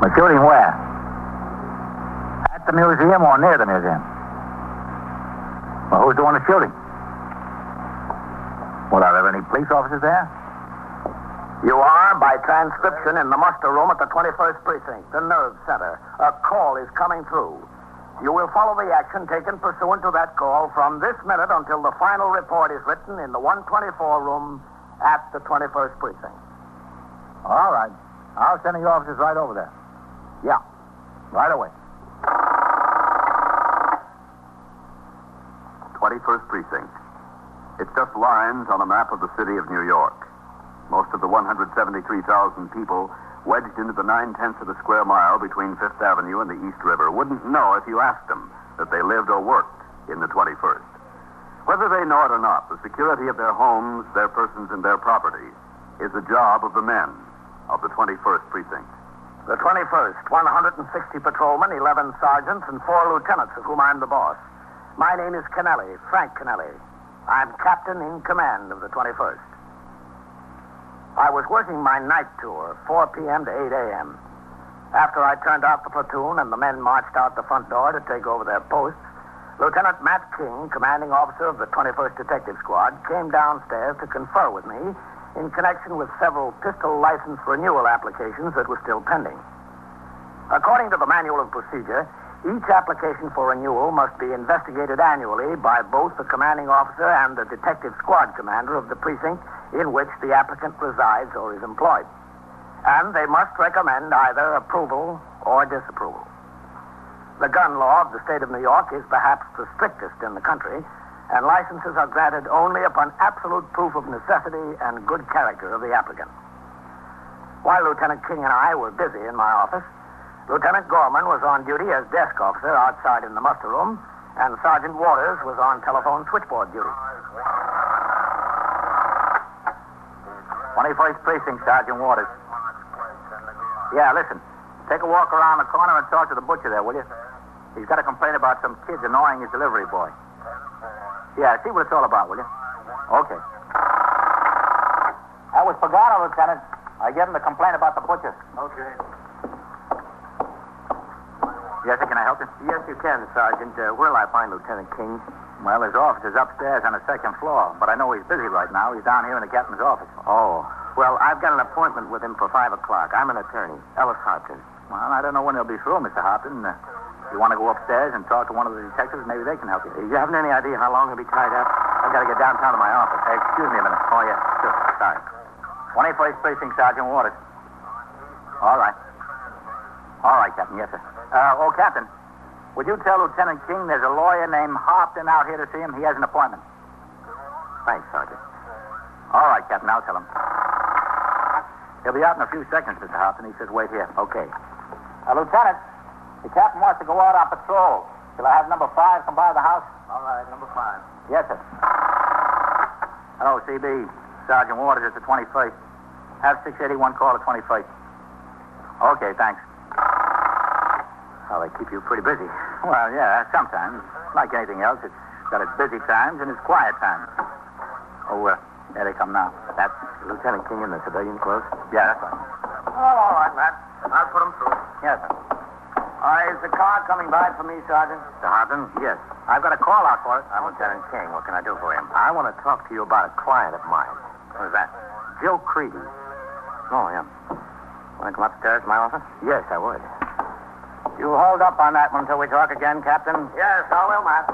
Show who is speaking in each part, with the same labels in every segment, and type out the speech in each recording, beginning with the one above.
Speaker 1: But shooting where? At the museum or near the museum? Well, who's doing the shooting? Well, are there any police officers there?
Speaker 2: You are, by transcription, in the muster room at the 21st Precinct, the nerve center. A call is coming through. You will follow the action taken pursuant to that call from this minute until the final report is written in the 124 room at the 21st Precinct.
Speaker 1: All right. I'll send the officers right over there.
Speaker 2: Yeah.
Speaker 1: Right away.
Speaker 3: 21st Precinct. It's just lines on a map of the city of New York. Most of the 173,000 people wedged into the nine tenths of a square mile between Fifth Avenue and the East River wouldn't know if you asked them that they lived or worked in the 21st. Whether they know it or not, the security of their homes, their persons, and their property is the job of the men of the 21st Precinct.
Speaker 2: The 21st, 160 patrolmen, 11 sergeants, and four lieutenants, of whom I'm the boss. My name is Kennelly, Frank Kennelly. I'm captain in command of the 21st. I was working my night tour, 4 p.m. to 8 a.m. After I turned out the platoon and the men marched out the front door to take over their posts, Lieutenant Matt King, commanding officer of the 21st Detective Squad, came downstairs to confer with me in connection with several pistol license renewal applications that were still pending. According to the manual of procedure, each application for renewal must be investigated annually by both the commanding officer and the detective squad commander of the precinct in which the applicant resides or is employed. And they must recommend either approval or disapproval. The gun law of the state of New York is perhaps the strictest in the country, and licenses are granted only upon absolute proof of necessity and good character of the applicant. While Lieutenant King and I were busy in my office, Lieutenant Gorman was on duty as desk officer outside in the muster room, and Sergeant Waters was on telephone switchboard duty.
Speaker 1: 21st Precinct, Sergeant Waters. Yeah, listen. Take a walk around the corner and talk to the butcher there, will you? He's got a complaint about some kids annoying his delivery boy. Yeah, see what it's all about, will you? Okay. That was Pagano, Lieutenant. I gave him the complaint about the butcher.
Speaker 4: Okay.
Speaker 1: Yes, sir, can I help you?
Speaker 5: Yes, you can, Sergeant. Uh, where'll I find Lieutenant King?
Speaker 1: Well, his office is upstairs on the second floor, but I know he's busy right now. He's down here in the captain's office.
Speaker 5: Oh. Well, I've got an appointment with him for 5 o'clock. I'm an attorney, Ellis Hopkins.
Speaker 1: Well, I don't know when he'll be through, Mr. Hopton. Uh, you want to go upstairs and talk to one of the detectives? Maybe they can help you.
Speaker 5: You haven't any idea how long he'll be tied up?
Speaker 1: I've got to get downtown to my office. Hey, excuse me a minute.
Speaker 5: Oh, yeah, sure.
Speaker 1: Sorry. 21st Precinct, Sergeant Waters. All right. All right, Captain. Yes, sir. Uh, oh, Captain, would you tell Lieutenant King there's a lawyer named Hopton out here to see him? He has an appointment.
Speaker 5: Thanks, Sergeant.
Speaker 1: All right, Captain. I'll tell him. He'll be out in a few seconds, Mr. Hopton. He says wait here.
Speaker 5: Okay.
Speaker 1: Uh, Lieutenant, the captain wants to go out on patrol. Shall I have number five come by the house?
Speaker 4: All right, number five.
Speaker 1: Yes, sir. Hello, CB. Sergeant Waters at the 21st. Have 681 call the 21st. Okay, thanks.
Speaker 5: Well, they keep you pretty busy.
Speaker 1: Well, yeah, sometimes. Like anything else, it's got its busy times and its quiet times. Oh, uh, there they come now.
Speaker 5: That's Lieutenant King in the civilian clothes?
Speaker 1: Yeah, that's right.
Speaker 2: Oh, all right, Matt. I'll put him through.
Speaker 1: Yes, sir.
Speaker 2: Uh, is the car coming by for me, Sergeant?
Speaker 5: Mr. Hopkins?
Speaker 1: Yes. I've got a call out for it.
Speaker 5: I'm Lieutenant King. What can I do for him?
Speaker 1: I want to talk to you about a client of mine.
Speaker 5: Who's that?
Speaker 1: Joe Creedy.
Speaker 5: Oh, yeah. Want to come upstairs to my office?
Speaker 1: Yes, I would.
Speaker 5: You hold up on that one till we talk again, Captain.
Speaker 2: Yes, I will, Matt.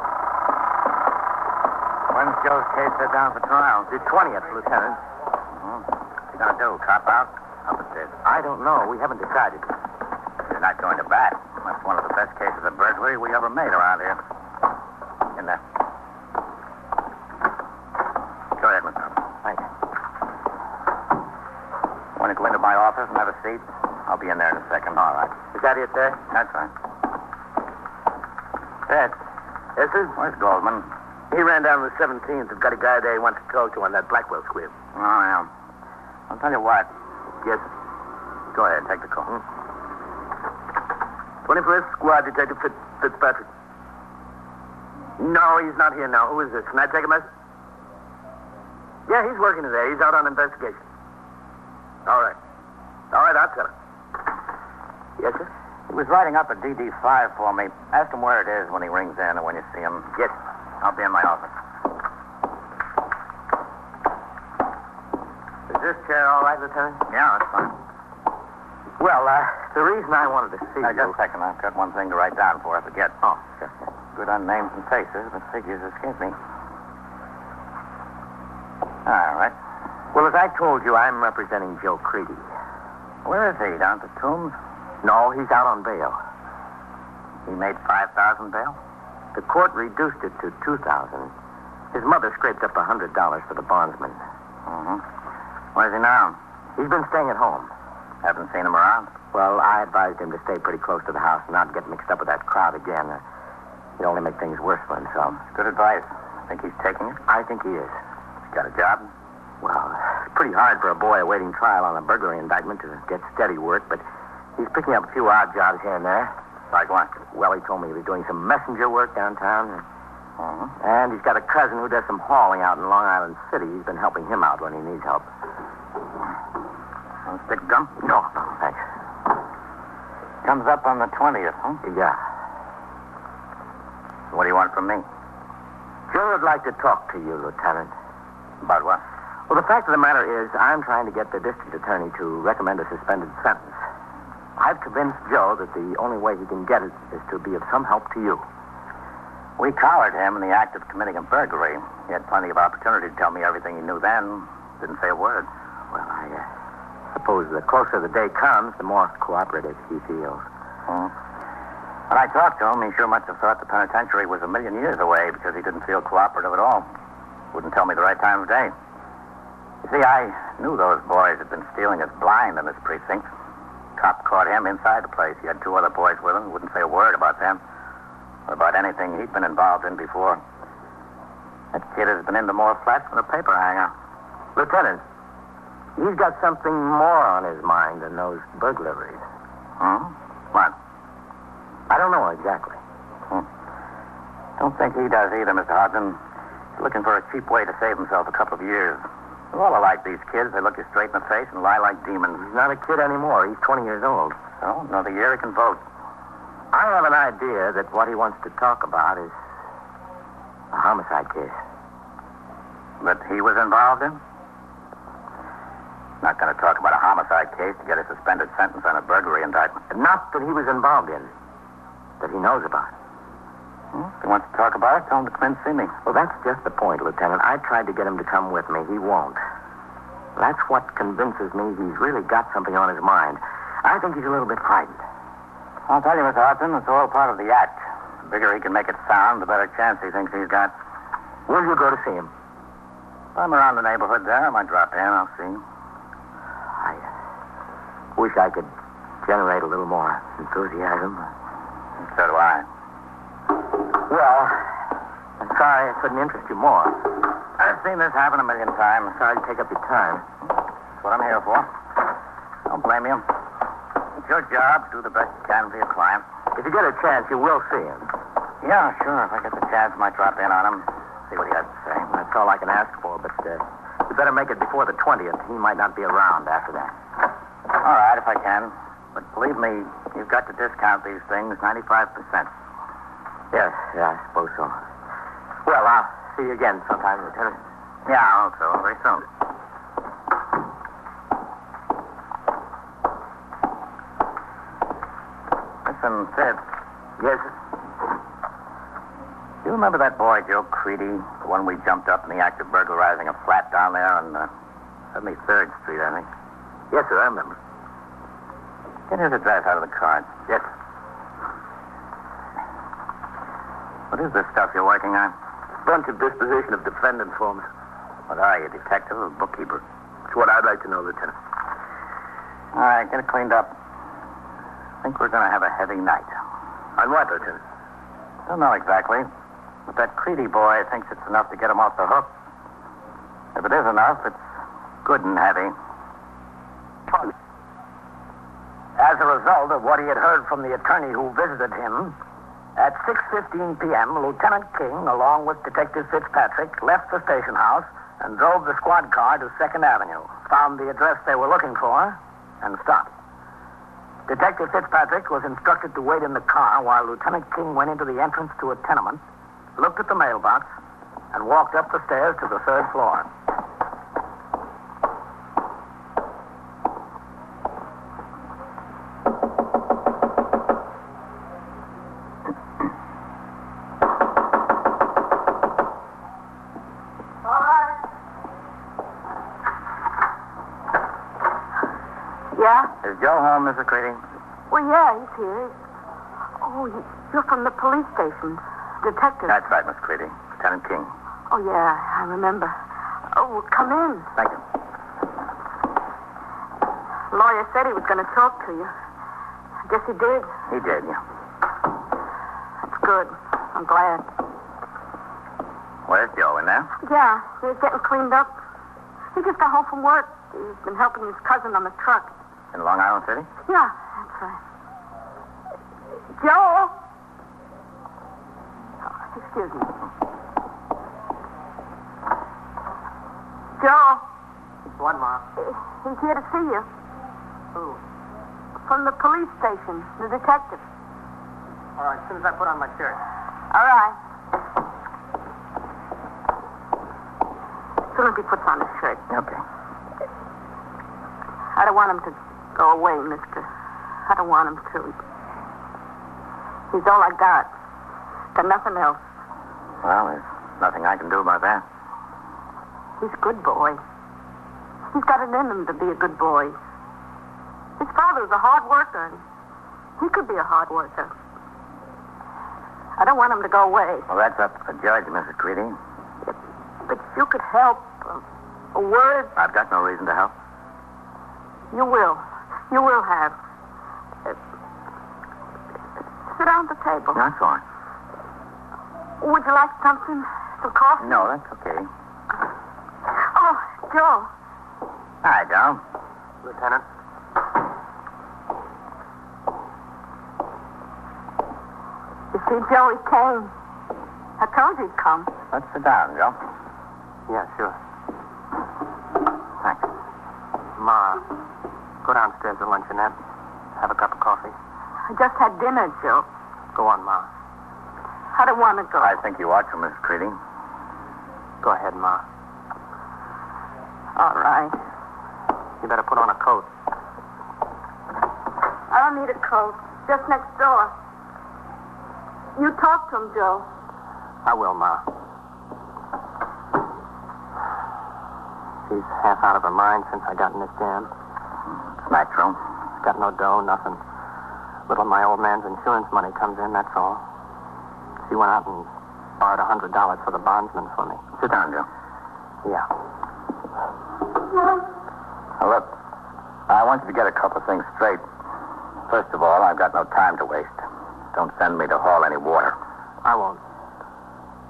Speaker 5: When's Joe's case set down for trial?
Speaker 1: The 20th, Lieutenant.
Speaker 5: Oh. What you gonna do? Cop out? Up it did.
Speaker 1: I don't know. We haven't decided.
Speaker 5: You're not going to bat. That's one of the best cases of burglary we ever made around here. In there. Go ahead, Mr. Hopkins.
Speaker 1: Thanks.
Speaker 5: Want to go into my office and have a seat? I'll be in there in a second.
Speaker 1: All right. Is that it, sir?
Speaker 5: That's fine. Ted,
Speaker 1: Yes, sir.
Speaker 5: where's Goldman?
Speaker 1: He ran down to the 17th. I've got a guy there he wants to talk to on that Blackwell squib.
Speaker 5: Oh, yeah. I'll tell you what.
Speaker 1: Yes.
Speaker 5: Go ahead, take the call.
Speaker 1: 21st Hmm. Squad Detective Fitz- Fitzpatrick. No, he's not here now. Who is this? Can I take a message? Yeah, he's working today. He's out on investigation. All right. All right, I'll tell him.
Speaker 2: Yes, sir?
Speaker 5: He was writing up a DD5 for me. Ask him where it is when he rings in and when you see him.
Speaker 2: Yes.
Speaker 5: I'll be in my office.
Speaker 2: Is this chair all right, Lieutenant?
Speaker 5: Yeah, that's fine.
Speaker 2: Well, uh, the reason I wanted to see
Speaker 5: Now,
Speaker 2: you...
Speaker 5: just a second. I've got one thing to write down before I forget.
Speaker 2: Oh, sure.
Speaker 5: Good on names and faces, but figures escape me. All right.
Speaker 2: Well, as I told you, I'm representing Joe Creedy.
Speaker 5: Where is he? Down at the tombs?
Speaker 2: No, he's out on bail.
Speaker 5: He made 5000 bail?
Speaker 2: The court reduced it to 2000 His mother scraped up a $100 for the bondsman.
Speaker 5: Mm-hmm. Where's he now?
Speaker 2: He's been staying at home.
Speaker 5: Haven't seen him around?
Speaker 2: Well, I advised him to stay pretty close to the house and not get mixed up with that crowd again. He'd only make things worse for himself.
Speaker 5: Good advice. Think he's taking it?
Speaker 2: I think he is.
Speaker 5: He's got a job?
Speaker 2: Well, it's pretty hard for a boy awaiting trial on a burglary indictment to get steady work, but he's picking up a few odd jobs here and there.
Speaker 5: Like what?
Speaker 2: Well, he told me he was doing some messenger work downtown,
Speaker 5: Mm-hmm.
Speaker 2: and he's got a cousin who does some hauling out in Long Island City. He's been helping him out when he needs help.
Speaker 5: On stick gum?
Speaker 2: No, no,
Speaker 5: Oh,
Speaker 2: thanks.
Speaker 5: Comes up on the 20th, huh?
Speaker 2: Yeah.
Speaker 5: What do you want from me?
Speaker 2: Sure, I'd like to talk to you, Lieutenant.
Speaker 5: About what?
Speaker 2: Well, the fact of the matter is, I'm trying to get the district attorney to recommend a suspended sentence. I've convinced Joe that the only way he can get it is to be of some help to you.
Speaker 5: We collared him in the act of committing a burglary. He had plenty of opportunity to tell me everything he knew then. Didn't say a word.
Speaker 2: Well, I uh, suppose the closer the day comes, the more cooperative he feels.
Speaker 5: Hmm? When I talked to him, he sure must have thought the penitentiary was a million years away because he didn't feel cooperative at all. Wouldn't tell me the right time of day. You see, I knew those boys had been stealing us blind in this precinct. Cop caught him inside the place. He had two other boys with him. Wouldn't say a word about them or about anything he'd been involved in before. That kid has been into more flats than a paper hanger.
Speaker 2: Lieutenant, he's got something more on his mind than those burglaries.
Speaker 5: Hmm? What?
Speaker 2: I don't know exactly.
Speaker 5: Don't think he does either, Mr. Hodgson. He's looking for a cheap way to save himself a couple of years. They're all alike, these kids. They look you straight in the face and lie like demons.
Speaker 2: He's not a kid anymore. He's 20 years old.
Speaker 5: So, another year he can vote.
Speaker 2: I have an idea that what he wants to talk about is a homicide case.
Speaker 5: That he was involved in? Not going to talk about a homicide case to get a suspended sentence on a burglary indictment.
Speaker 2: Not that he was involved in, that he knows about.
Speaker 5: Hmm? If he wants to talk about it, tell him to come in and see me.
Speaker 2: Well, that's just the point, Lieutenant. I tried to get him to come with me. He won't. That's what convinces me he's really got something on his mind. I think he's a little bit frightened.
Speaker 5: I'll tell you, Mr. Hodgson, it's all part of the act. The bigger he can make it sound, the better chance he thinks he's got.
Speaker 2: Will you go to see him?
Speaker 5: If I'm around the neighborhood there, I might drop in. I'll see him.
Speaker 2: I uh, wish I could generate a little more enthusiasm.
Speaker 5: So do I.
Speaker 2: Well, I'm sorry I couldn't interest you more.
Speaker 5: I've seen this happen a million times.
Speaker 2: Sorry to take up your time.
Speaker 5: That's what I'm here for. Don't blame you. It's your job. Do the best you can for your client.
Speaker 2: If you get a chance, you will see him.
Speaker 5: Yeah, sure. If I get the chance, I might drop in on him. See what he has to say.
Speaker 2: That's all I can ask for, but uh, you better make it before the 20th. He might not be around after that.
Speaker 5: All right, if I can. But believe me, you've got to discount these things 95%.
Speaker 2: Yes, yeah, I suppose so. Well, I'll see you again sometime, Lieutenant.
Speaker 5: Yeah, I hope so. Very soon. Listen, Sid.
Speaker 2: Yes,
Speaker 5: You remember that boy, Joe Creedy, the one we jumped up in the act of burglarizing a flat down there on uh, 73rd Street, I think.
Speaker 2: yes, sir, I remember.
Speaker 5: Get his address out of the card.
Speaker 2: Yes.
Speaker 5: What is this stuff you're working on?
Speaker 2: Bunch of disposition of defendant forms.
Speaker 5: What are you, detective or bookkeeper?
Speaker 2: It's what I'd like to know, Lieutenant.
Speaker 5: All right, get it cleaned up. I think we're going to have a heavy night.
Speaker 2: On what, Lieutenant?
Speaker 5: Don't know exactly, but that Creedy boy thinks it's enough to get him off the hook. If it is enough, it's good and heavy.
Speaker 6: As a result of what he had heard from the attorney who visited him, at 6.15 p.m., Lieutenant King, along with Detective Fitzpatrick, left the station house and drove the squad car to 2nd Avenue, found the address they were looking for, and stopped.
Speaker 7: Detective Fitzpatrick was instructed to wait in the car while Lieutenant King went into the entrance to a tenement, looked at the mailbox, and walked up the stairs to the third floor.
Speaker 4: Yeah?
Speaker 5: Is Joe home, Mrs. Creedy?
Speaker 4: Well, yeah, he's here. Oh, you- you're from the police station. Detective.
Speaker 5: That's right, Miss Creedy. Lieutenant King.
Speaker 4: Oh, yeah, I remember. Oh, well, come in.
Speaker 5: Thank you.
Speaker 4: Lawyer said he was going to talk to you. I guess he did.
Speaker 5: He did, yeah.
Speaker 4: That's good. I'm glad.
Speaker 5: Where's Joe in there?
Speaker 4: Yeah, he's getting cleaned up. He just got home from work. He's been helping his cousin on the truck.
Speaker 5: In Long Island City?
Speaker 4: Yeah, that's right. Joe! Oh, excuse me. Joe,
Speaker 7: One, Ma.
Speaker 4: he's here to see you.
Speaker 7: Who?
Speaker 4: From the police station, the detective.
Speaker 7: All right, as soon as I put on my shirt.
Speaker 4: All right. As soon as he puts on his shirt.
Speaker 5: Okay.
Speaker 4: I don't want him to go away, mister. I don't want him to. He's all I got. Got nothing else.
Speaker 5: Well, there's nothing I can do about that.
Speaker 4: He's a good boy. He's got it in him to be a good boy. His father was a hard worker, and he could be a hard worker. I don't want him to go away,
Speaker 5: Well, that's up to the judge, Mrs. Creedy.
Speaker 4: but you could help. uh, A, a word,
Speaker 5: I've got no reason to help.
Speaker 4: you will. You will have. Uh, sit down at the table.
Speaker 5: No, it's all right.
Speaker 4: Would you like something? Some coffee?
Speaker 5: No, that's okay.
Speaker 4: Oh, Joe.
Speaker 5: Hi, Joe.
Speaker 7: Lieutenant?
Speaker 4: You see, Joe, he came. I told you he'd come.
Speaker 5: Let's sit down, Joe.
Speaker 7: Yeah, sure.
Speaker 5: Thanks.
Speaker 7: Ma, go downstairs to luncheonette. Have a cup of coffee.
Speaker 4: I just had dinner, Joe.
Speaker 7: Go on, Ma.
Speaker 4: I don't want to go.
Speaker 5: I think you ought to, Mrs. Creedy.
Speaker 7: Go ahead, Ma.
Speaker 4: All right.
Speaker 7: You better put on a coat.
Speaker 4: I don't need a coat. Just next door. You talk to him, Joe.
Speaker 7: I will, Ma. She's half out of her mind since I got in this jam.
Speaker 5: It's natural.
Speaker 7: Got no dough, nothing. Little my old man's insurance money comes in, that's all. She went out and borrowed a hundred dollars for the bondsman for me.
Speaker 5: Sit down, Joe.
Speaker 7: Yeah.
Speaker 5: Now, look, I want you to get a couple of things straight. First of all, I've got no time to waste. Don't send me to haul any water.
Speaker 7: I won't.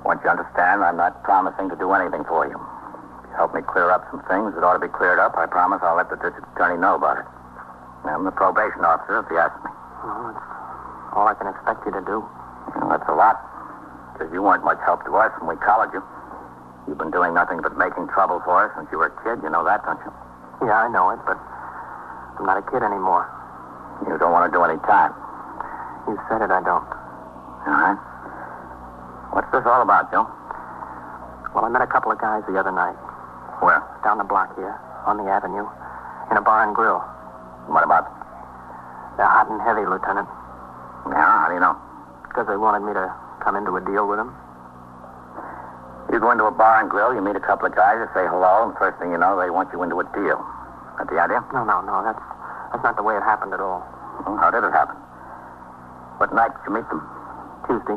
Speaker 5: Once you to understand, I'm not promising to do anything for you. If you help me clear up some things that ought to be cleared up, I promise I'll let the district attorney know about it. I'm the probation officer if he asks me.
Speaker 7: Well, it's all I can expect you to do.
Speaker 5: Well, that's a lot, because you weren't much help to us when we collared you. You've been doing nothing but making trouble for us since you were a kid. You know that, don't you?
Speaker 7: Yeah, I know it, but I'm not a kid anymore.
Speaker 5: You don't want to do any time.
Speaker 7: You said it, I don't.
Speaker 5: All right. What's this all about, Joe?
Speaker 7: Well, I met a couple of guys the other night,
Speaker 5: Where?
Speaker 7: down the block here, on the avenue, in a bar and grill.
Speaker 5: What about? them?
Speaker 7: They're hot and heavy, Lieutenant,
Speaker 5: Yeah, how do you know?
Speaker 7: because they wanted me to come into a deal with them.
Speaker 5: You go into a bar and grill, you meet a couple of guys, you say hello, and first thing you know, they want you into a deal. That's the idea?
Speaker 7: No, no, no, that's, that's not the way it happened at all.
Speaker 5: Well, how did it happen? What night did you meet them?
Speaker 7: Tuesday.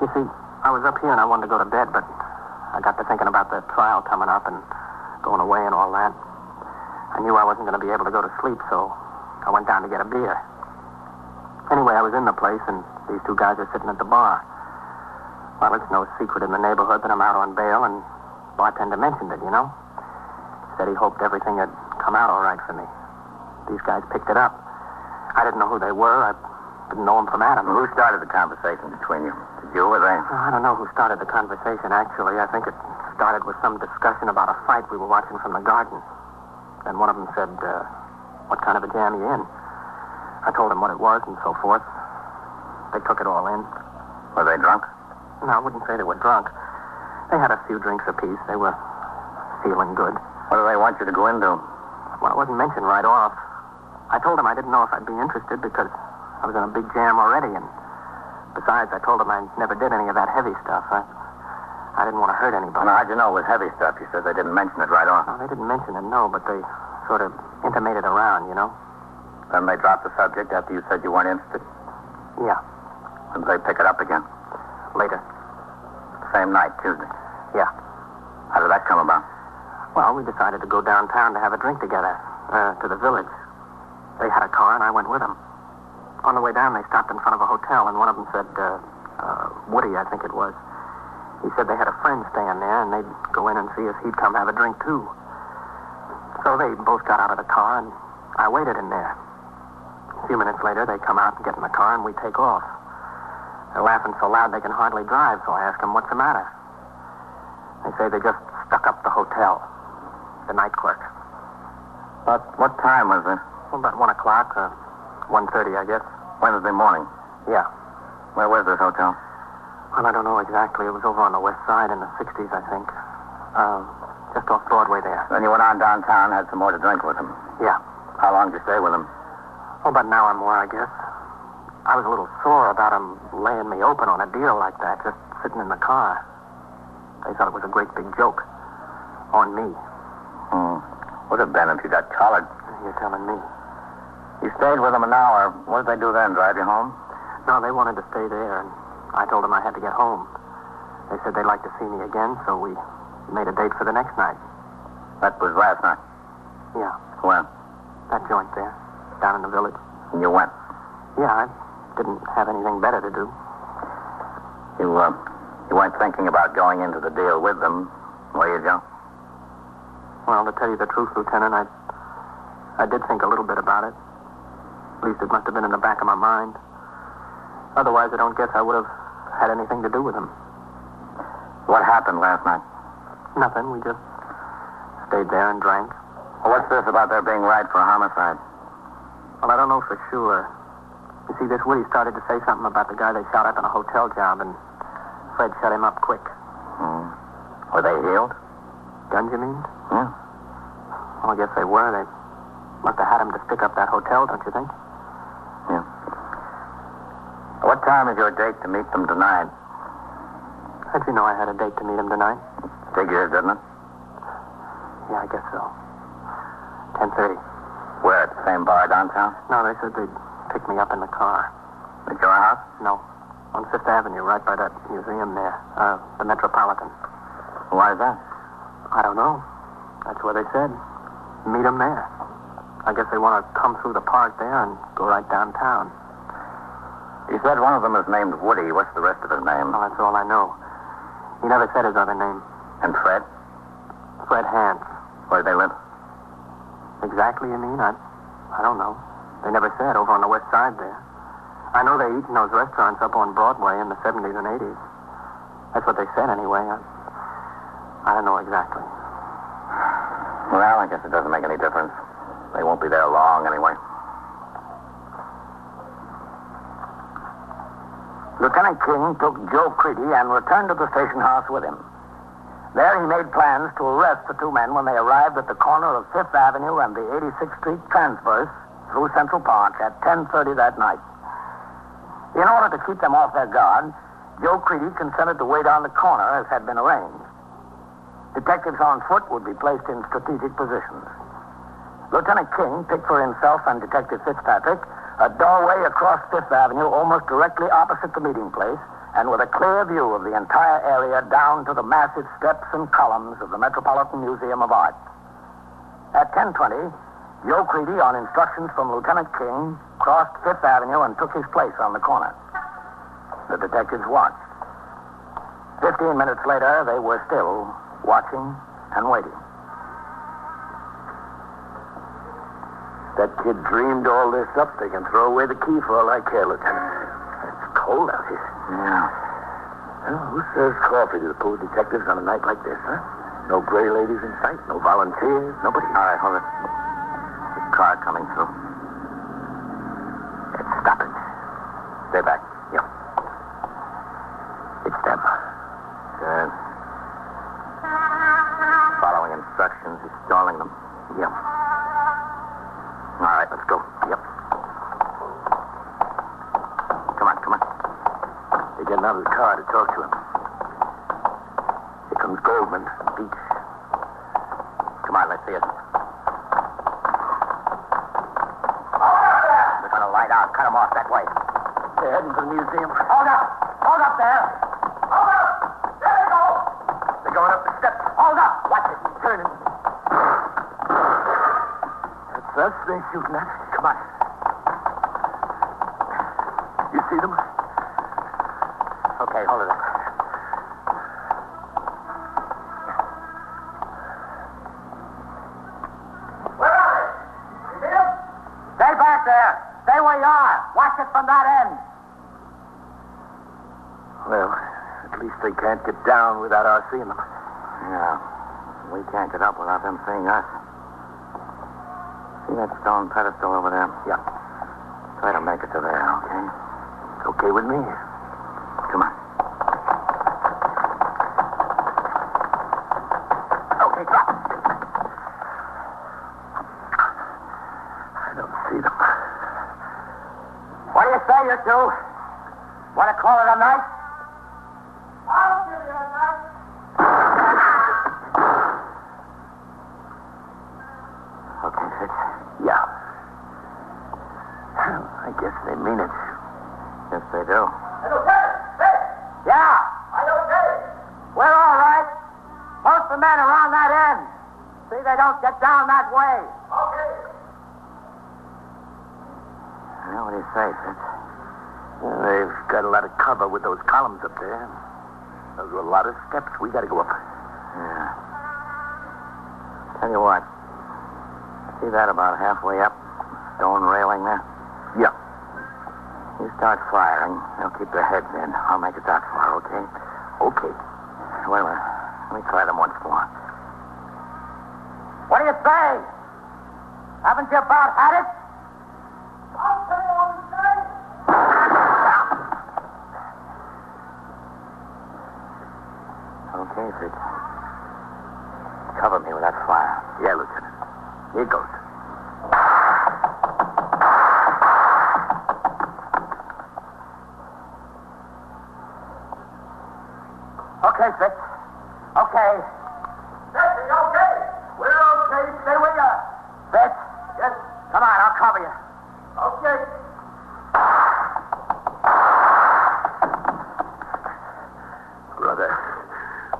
Speaker 7: You see, I was up here and I wanted to go to bed, but I got to thinking about the trial coming up and going away and all that. I knew I wasn't going to be able to go to sleep, so I went down to get a beer. Anyway, I was in the place and these two guys are sitting at the bar. Well, it's no secret in the neighborhood that I'm out on bail, and bartender mentioned it, you know? Said he hoped everything had come out all right for me. These guys picked it up. I didn't know who they were. I didn't know them from Adam.
Speaker 5: Who started the conversation between you? Did you or they?
Speaker 7: I don't know who started the conversation, actually. I think it started with some discussion about a fight we were watching from the garden. And one of them said, uh, What kind of a jam you in? I I told them what it was and so forth. They took it all in.
Speaker 5: Were they drunk?
Speaker 7: No, I wouldn't say they were drunk. They had a few drinks apiece. They were feeling good.
Speaker 5: What do they want you to go into?
Speaker 7: Well, it wasn't mentioned right off. I told them I didn't know if I'd be interested because I was in a big jam already, and besides, I told them I never did any of that heavy stuff. I, I didn't want to hurt anybody.
Speaker 5: Now, how'd you know it was heavy stuff? You said they didn't mention it right off.
Speaker 7: Well, they didn't mention it, no, but they sort of intimated around, you know?
Speaker 5: Then they dropped the subject after you said you weren't interested.
Speaker 7: Yeah,
Speaker 5: When did they pick it up again?
Speaker 7: later.
Speaker 5: Same night, Tuesday.
Speaker 7: Yeah.
Speaker 5: How did that come about?
Speaker 7: Well, we decided to go downtown to have a drink together, uh, to the village. They had a car, and I went with them. On the way down, they stopped in front of a hotel, and one of them said, uh, uh, Woody, I think it was. He said they had a friend staying there, and they'd go in and see if he'd come have a drink, too. So they both got out of the car, and I waited in there. A few minutes later, they come out and get in the car, and we take off. They're laughing so loud they can hardly drive, so I ask them, what's the matter? They say they just stuck up the hotel, the night clerk.
Speaker 5: What, what time was it?
Speaker 7: Well, about 1 o'clock, or 1.30, I guess.
Speaker 5: Wednesday morning.
Speaker 7: Yeah.
Speaker 5: Where was this hotel?
Speaker 7: Well, I don't know exactly. It was over on the west side in the 60s, I think. Um, just off Broadway there.
Speaker 5: Then you went on downtown, had some more to drink with them.
Speaker 7: Yeah.
Speaker 5: How long did you stay with them?
Speaker 7: Oh, about an hour more, I guess. I was a little sore about 'em laying me open on a deal like that, just sitting in the car. They thought it was a great big joke. On me,
Speaker 5: Hmm. Would have been if you got collared.
Speaker 7: you're telling me.
Speaker 5: You stayed with them an hour. What did they do then? Drive you home?
Speaker 7: No, they wanted to stay there, and I told them I had to get home. They said they'd like to see me again, so we made a date for the next night.
Speaker 5: That was last night.
Speaker 7: Yeah,
Speaker 5: When?
Speaker 7: that joint there, down in the village.
Speaker 5: And you went.
Speaker 7: Yeah, I didn't have anything better to do.
Speaker 5: You, uh, you weren't thinking about going into the deal with them, were you, Joe?
Speaker 7: Well, to tell you the truth, Lieutenant, I, I did think a little bit about it. At least it must have been in the back of my mind. Otherwise, I don't guess I would have had anything to do with him.
Speaker 5: What happened last night?
Speaker 7: Nothing. We just stayed there and drank.
Speaker 5: Well, what's this about there being right for homicide?
Speaker 7: Well, I don't know for sure. You see, this Woody started to say something about the guy they shot up in a hotel job, and Fred shut him up quick.
Speaker 5: Hmm. Were they healed?
Speaker 7: Guns, you mean?
Speaker 5: Yeah.
Speaker 7: Well, I guess they were. They must have had him to stick up that hotel, don't you think?
Speaker 5: What time is your date to meet them tonight?
Speaker 7: How'd you know I had a date to meet him tonight?
Speaker 5: Figures, didn't it?
Speaker 7: Yeah, I guess so. 10.30.
Speaker 5: Where? At the same bar downtown?
Speaker 7: No, they said they'd pick me up in the car.
Speaker 5: At your house?
Speaker 7: No, on Fifth Avenue, right by that museum there, uh, the Metropolitan.
Speaker 5: Why is that?
Speaker 7: I don't know. That's where they said. Meet 'em there. I guess they want to come through the park there and go right downtown.
Speaker 5: You said one of them is named Woody. What's the rest of his name?
Speaker 7: Well, that's all I know. He never said his other name.
Speaker 5: And Fred?
Speaker 7: Fred Hans.
Speaker 5: Where do they live?
Speaker 7: Exactly, you mean? I, I don't know. They never said over on the west side there. I know they eat in those restaurants up on Broadway in the 70s and 80s. That's what they said anyway. I, I don't know exactly.
Speaker 5: Well, I guess it doesn't make any difference. They won't be there long anyway.
Speaker 2: Lieutenant King took Joe Creedy and returned to the station house with him. There he made plans to arrest the two men when they arrived at the corner of Fifth Avenue and the 86th Street transverse through Central Park at 10.30 that night. In order to keep them off their guard, Joe Creedy consented to wait on the corner as had been arranged. Detectives on foot would be placed in strategic positions. Lieutenant King picked for himself and Detective Fitzpatrick a doorway across Fifth Avenue almost directly opposite the meeting place and with a clear view of the entire area down to the massive steps and columns of the Metropolitan Museum of Art. At 10.20, Joe Creedy, on instructions from Lieutenant King, crossed Fifth Avenue and took his place on the corner. The detectives watched. Fifteen minutes later, they were still watching and waiting.
Speaker 8: That kid dreamed all this up. They can throw away the key for all I care, Lieutenant. It's cold out here.
Speaker 5: Yeah.
Speaker 8: Well, who serves coffee to the poor detectives on a night like this, huh? No gray ladies in sight, no volunteers, nobody.
Speaker 5: All right, hold it. Car coming through.
Speaker 7: Stop it.
Speaker 5: Stay back.
Speaker 7: Yeah. It's them.
Speaker 5: Good. Following instructions. He's stalling them.
Speaker 7: Yeah.
Speaker 5: All right, let's go.
Speaker 7: Yep.
Speaker 5: Come on, come on.
Speaker 8: They get out of the car to talk to him. Here comes Goldman, Beach.
Speaker 5: Come on, let's see it. They're gonna light out. Cut them off that way.
Speaker 8: They're heading for the museum.
Speaker 2: Hold up! Hold up there! Hold up! There they go! They're going up the steps. Hold up! Watch it. Turn it.
Speaker 8: That's us they're shooting at. Come on. You see them?
Speaker 5: Okay, hold it up.
Speaker 2: Where are they? You see them? Stay back there. Stay where you are. Watch it from that end.
Speaker 8: Well, at least they can't get down without our seeing them.
Speaker 5: Yeah. We can't get up without them seeing us. See that stone pedestal over there?
Speaker 8: Yeah.
Speaker 5: Try to make it to there, okay?
Speaker 8: Okay with me.
Speaker 5: Come on.
Speaker 2: Okay, drop.
Speaker 8: I don't see them.
Speaker 2: What do you say, you two? Want to call it a night?
Speaker 5: Okay, Fitz.
Speaker 8: Yeah. I guess they mean it.
Speaker 5: Yes, they do.
Speaker 2: Yeah. We're all right. Most of the men are on that end. See, they don't get down that way.
Speaker 5: Well, what do you say, Fitz?
Speaker 8: Well, they've got a lot of cover with those columns up there. Those are a lot of steps. We got to go up.
Speaker 5: Yeah. Tell you what. See that about halfway up? Stone railing there?
Speaker 8: Yeah.
Speaker 5: You start firing. They'll keep their heads in. I'll make it that far, okay?
Speaker 8: Okay.
Speaker 5: Wait a minute. Let me try them once more.
Speaker 2: What do you say? Haven't you about had it?
Speaker 5: Okay, Fitz. Cover me with that fire.
Speaker 8: Yeah, Lieutenant. Here goes.
Speaker 2: Okay, Fitz. Okay. Fitz, okay? We're okay. Stay where you are. Fitz? Yes? Come on, I'll cover you. Okay.
Speaker 8: Brother,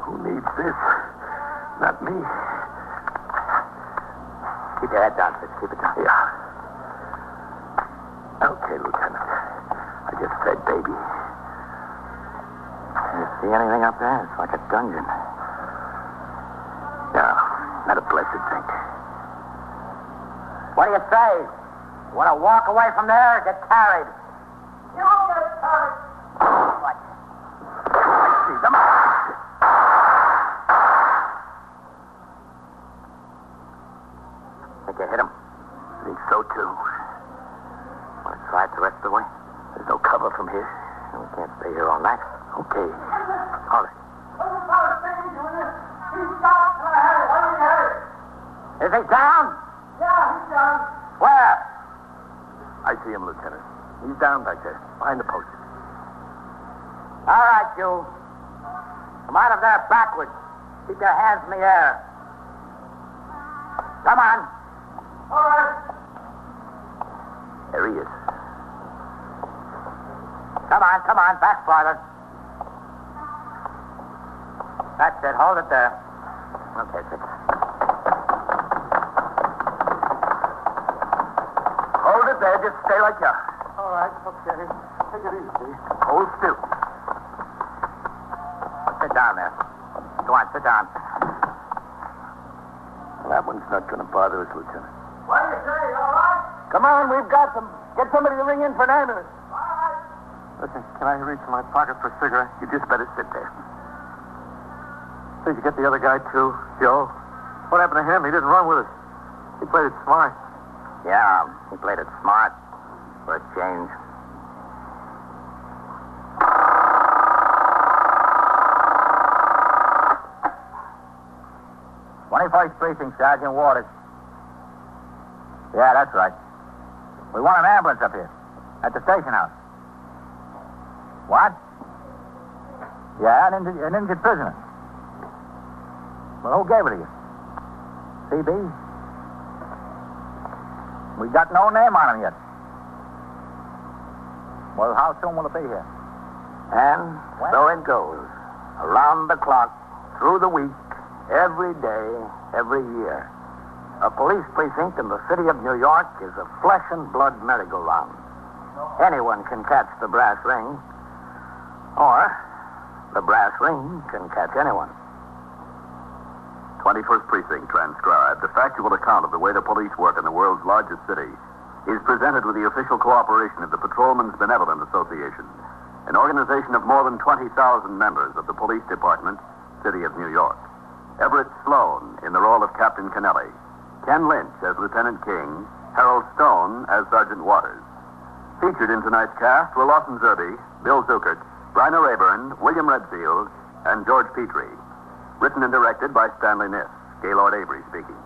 Speaker 8: who needs this? Not me.
Speaker 5: Keep your head down, Fitz. Keep it down.
Speaker 8: Yeah. Okay, Lieutenant. I just said baby.
Speaker 5: You see anything up there? It's like a dungeon.
Speaker 8: No, not a blessed thing.
Speaker 2: What do you say? Want to walk away from there or get carried? You'll get carried. What?
Speaker 8: I see them.
Speaker 5: Think you hit him?
Speaker 8: Think so, too.
Speaker 5: Want to try it the rest of the way?
Speaker 8: There's no cover from here.
Speaker 5: We can't stay here all night.
Speaker 8: Okay.
Speaker 5: Hold it.
Speaker 2: Is he down? Where?
Speaker 8: I see him, Lieutenant. He's down back there, behind the post.
Speaker 2: All right, you. Come out of there backwards. Keep your hands in the air. Come on. All right.
Speaker 8: There he is.
Speaker 2: Come on, come on, back farther. That's it. Hold it there.
Speaker 5: Okay, Fitz.
Speaker 8: Hold it there. Just stay like you are.
Speaker 9: All right, okay. Take it easy.
Speaker 8: Hold still.
Speaker 5: Sit down there. Go on, sit down.
Speaker 8: That one's not going to bother us, Lieutenant.
Speaker 2: What do you say? All right?
Speaker 9: Come on, we've got them. Get somebody to ring in for an ambulance.
Speaker 2: All right.
Speaker 7: Listen, can I reach in my pocket for a cigarette?
Speaker 8: You just better sit there.
Speaker 7: Did you get the other guy, too? Joe? What happened to him? He didn't run with us. He played it smart.
Speaker 5: Yeah, he played it smart for a change.
Speaker 1: 21st Precinct, Sergeant Waters. Yeah, that's right. We want an ambulance up here. At the station house. What? Yeah, an injured, an injured prisoner. Well, who gave it to you? CB? We got no name on him yet. Well, how soon will it be here?
Speaker 2: And
Speaker 1: Well-
Speaker 2: so it goes. Around the clock, through the week, every day, every year. A police precinct in the city of New York is a flesh and blood merry-go-round. Anyone can catch the brass ring, or the brass ring can catch anyone.
Speaker 5: 21st Precinct transcribed, a factual account of the way the police work in the world's largest city, is presented with the official cooperation of the Patrolmen's Benevolent Association, an organization of more than 20,000 members of the Police Department, City of New York. Everett Sloan in the role of Captain Kennelly, Ken Lynch as Lieutenant King, Harold Stone as Sergeant Waters. Featured in tonight's cast were Lawson Zerby, Bill Zuckert, Bryna Rayburn, William Redfield, and George Petrie. Written and directed by Stanley Niss. Gaylord Avery speaking.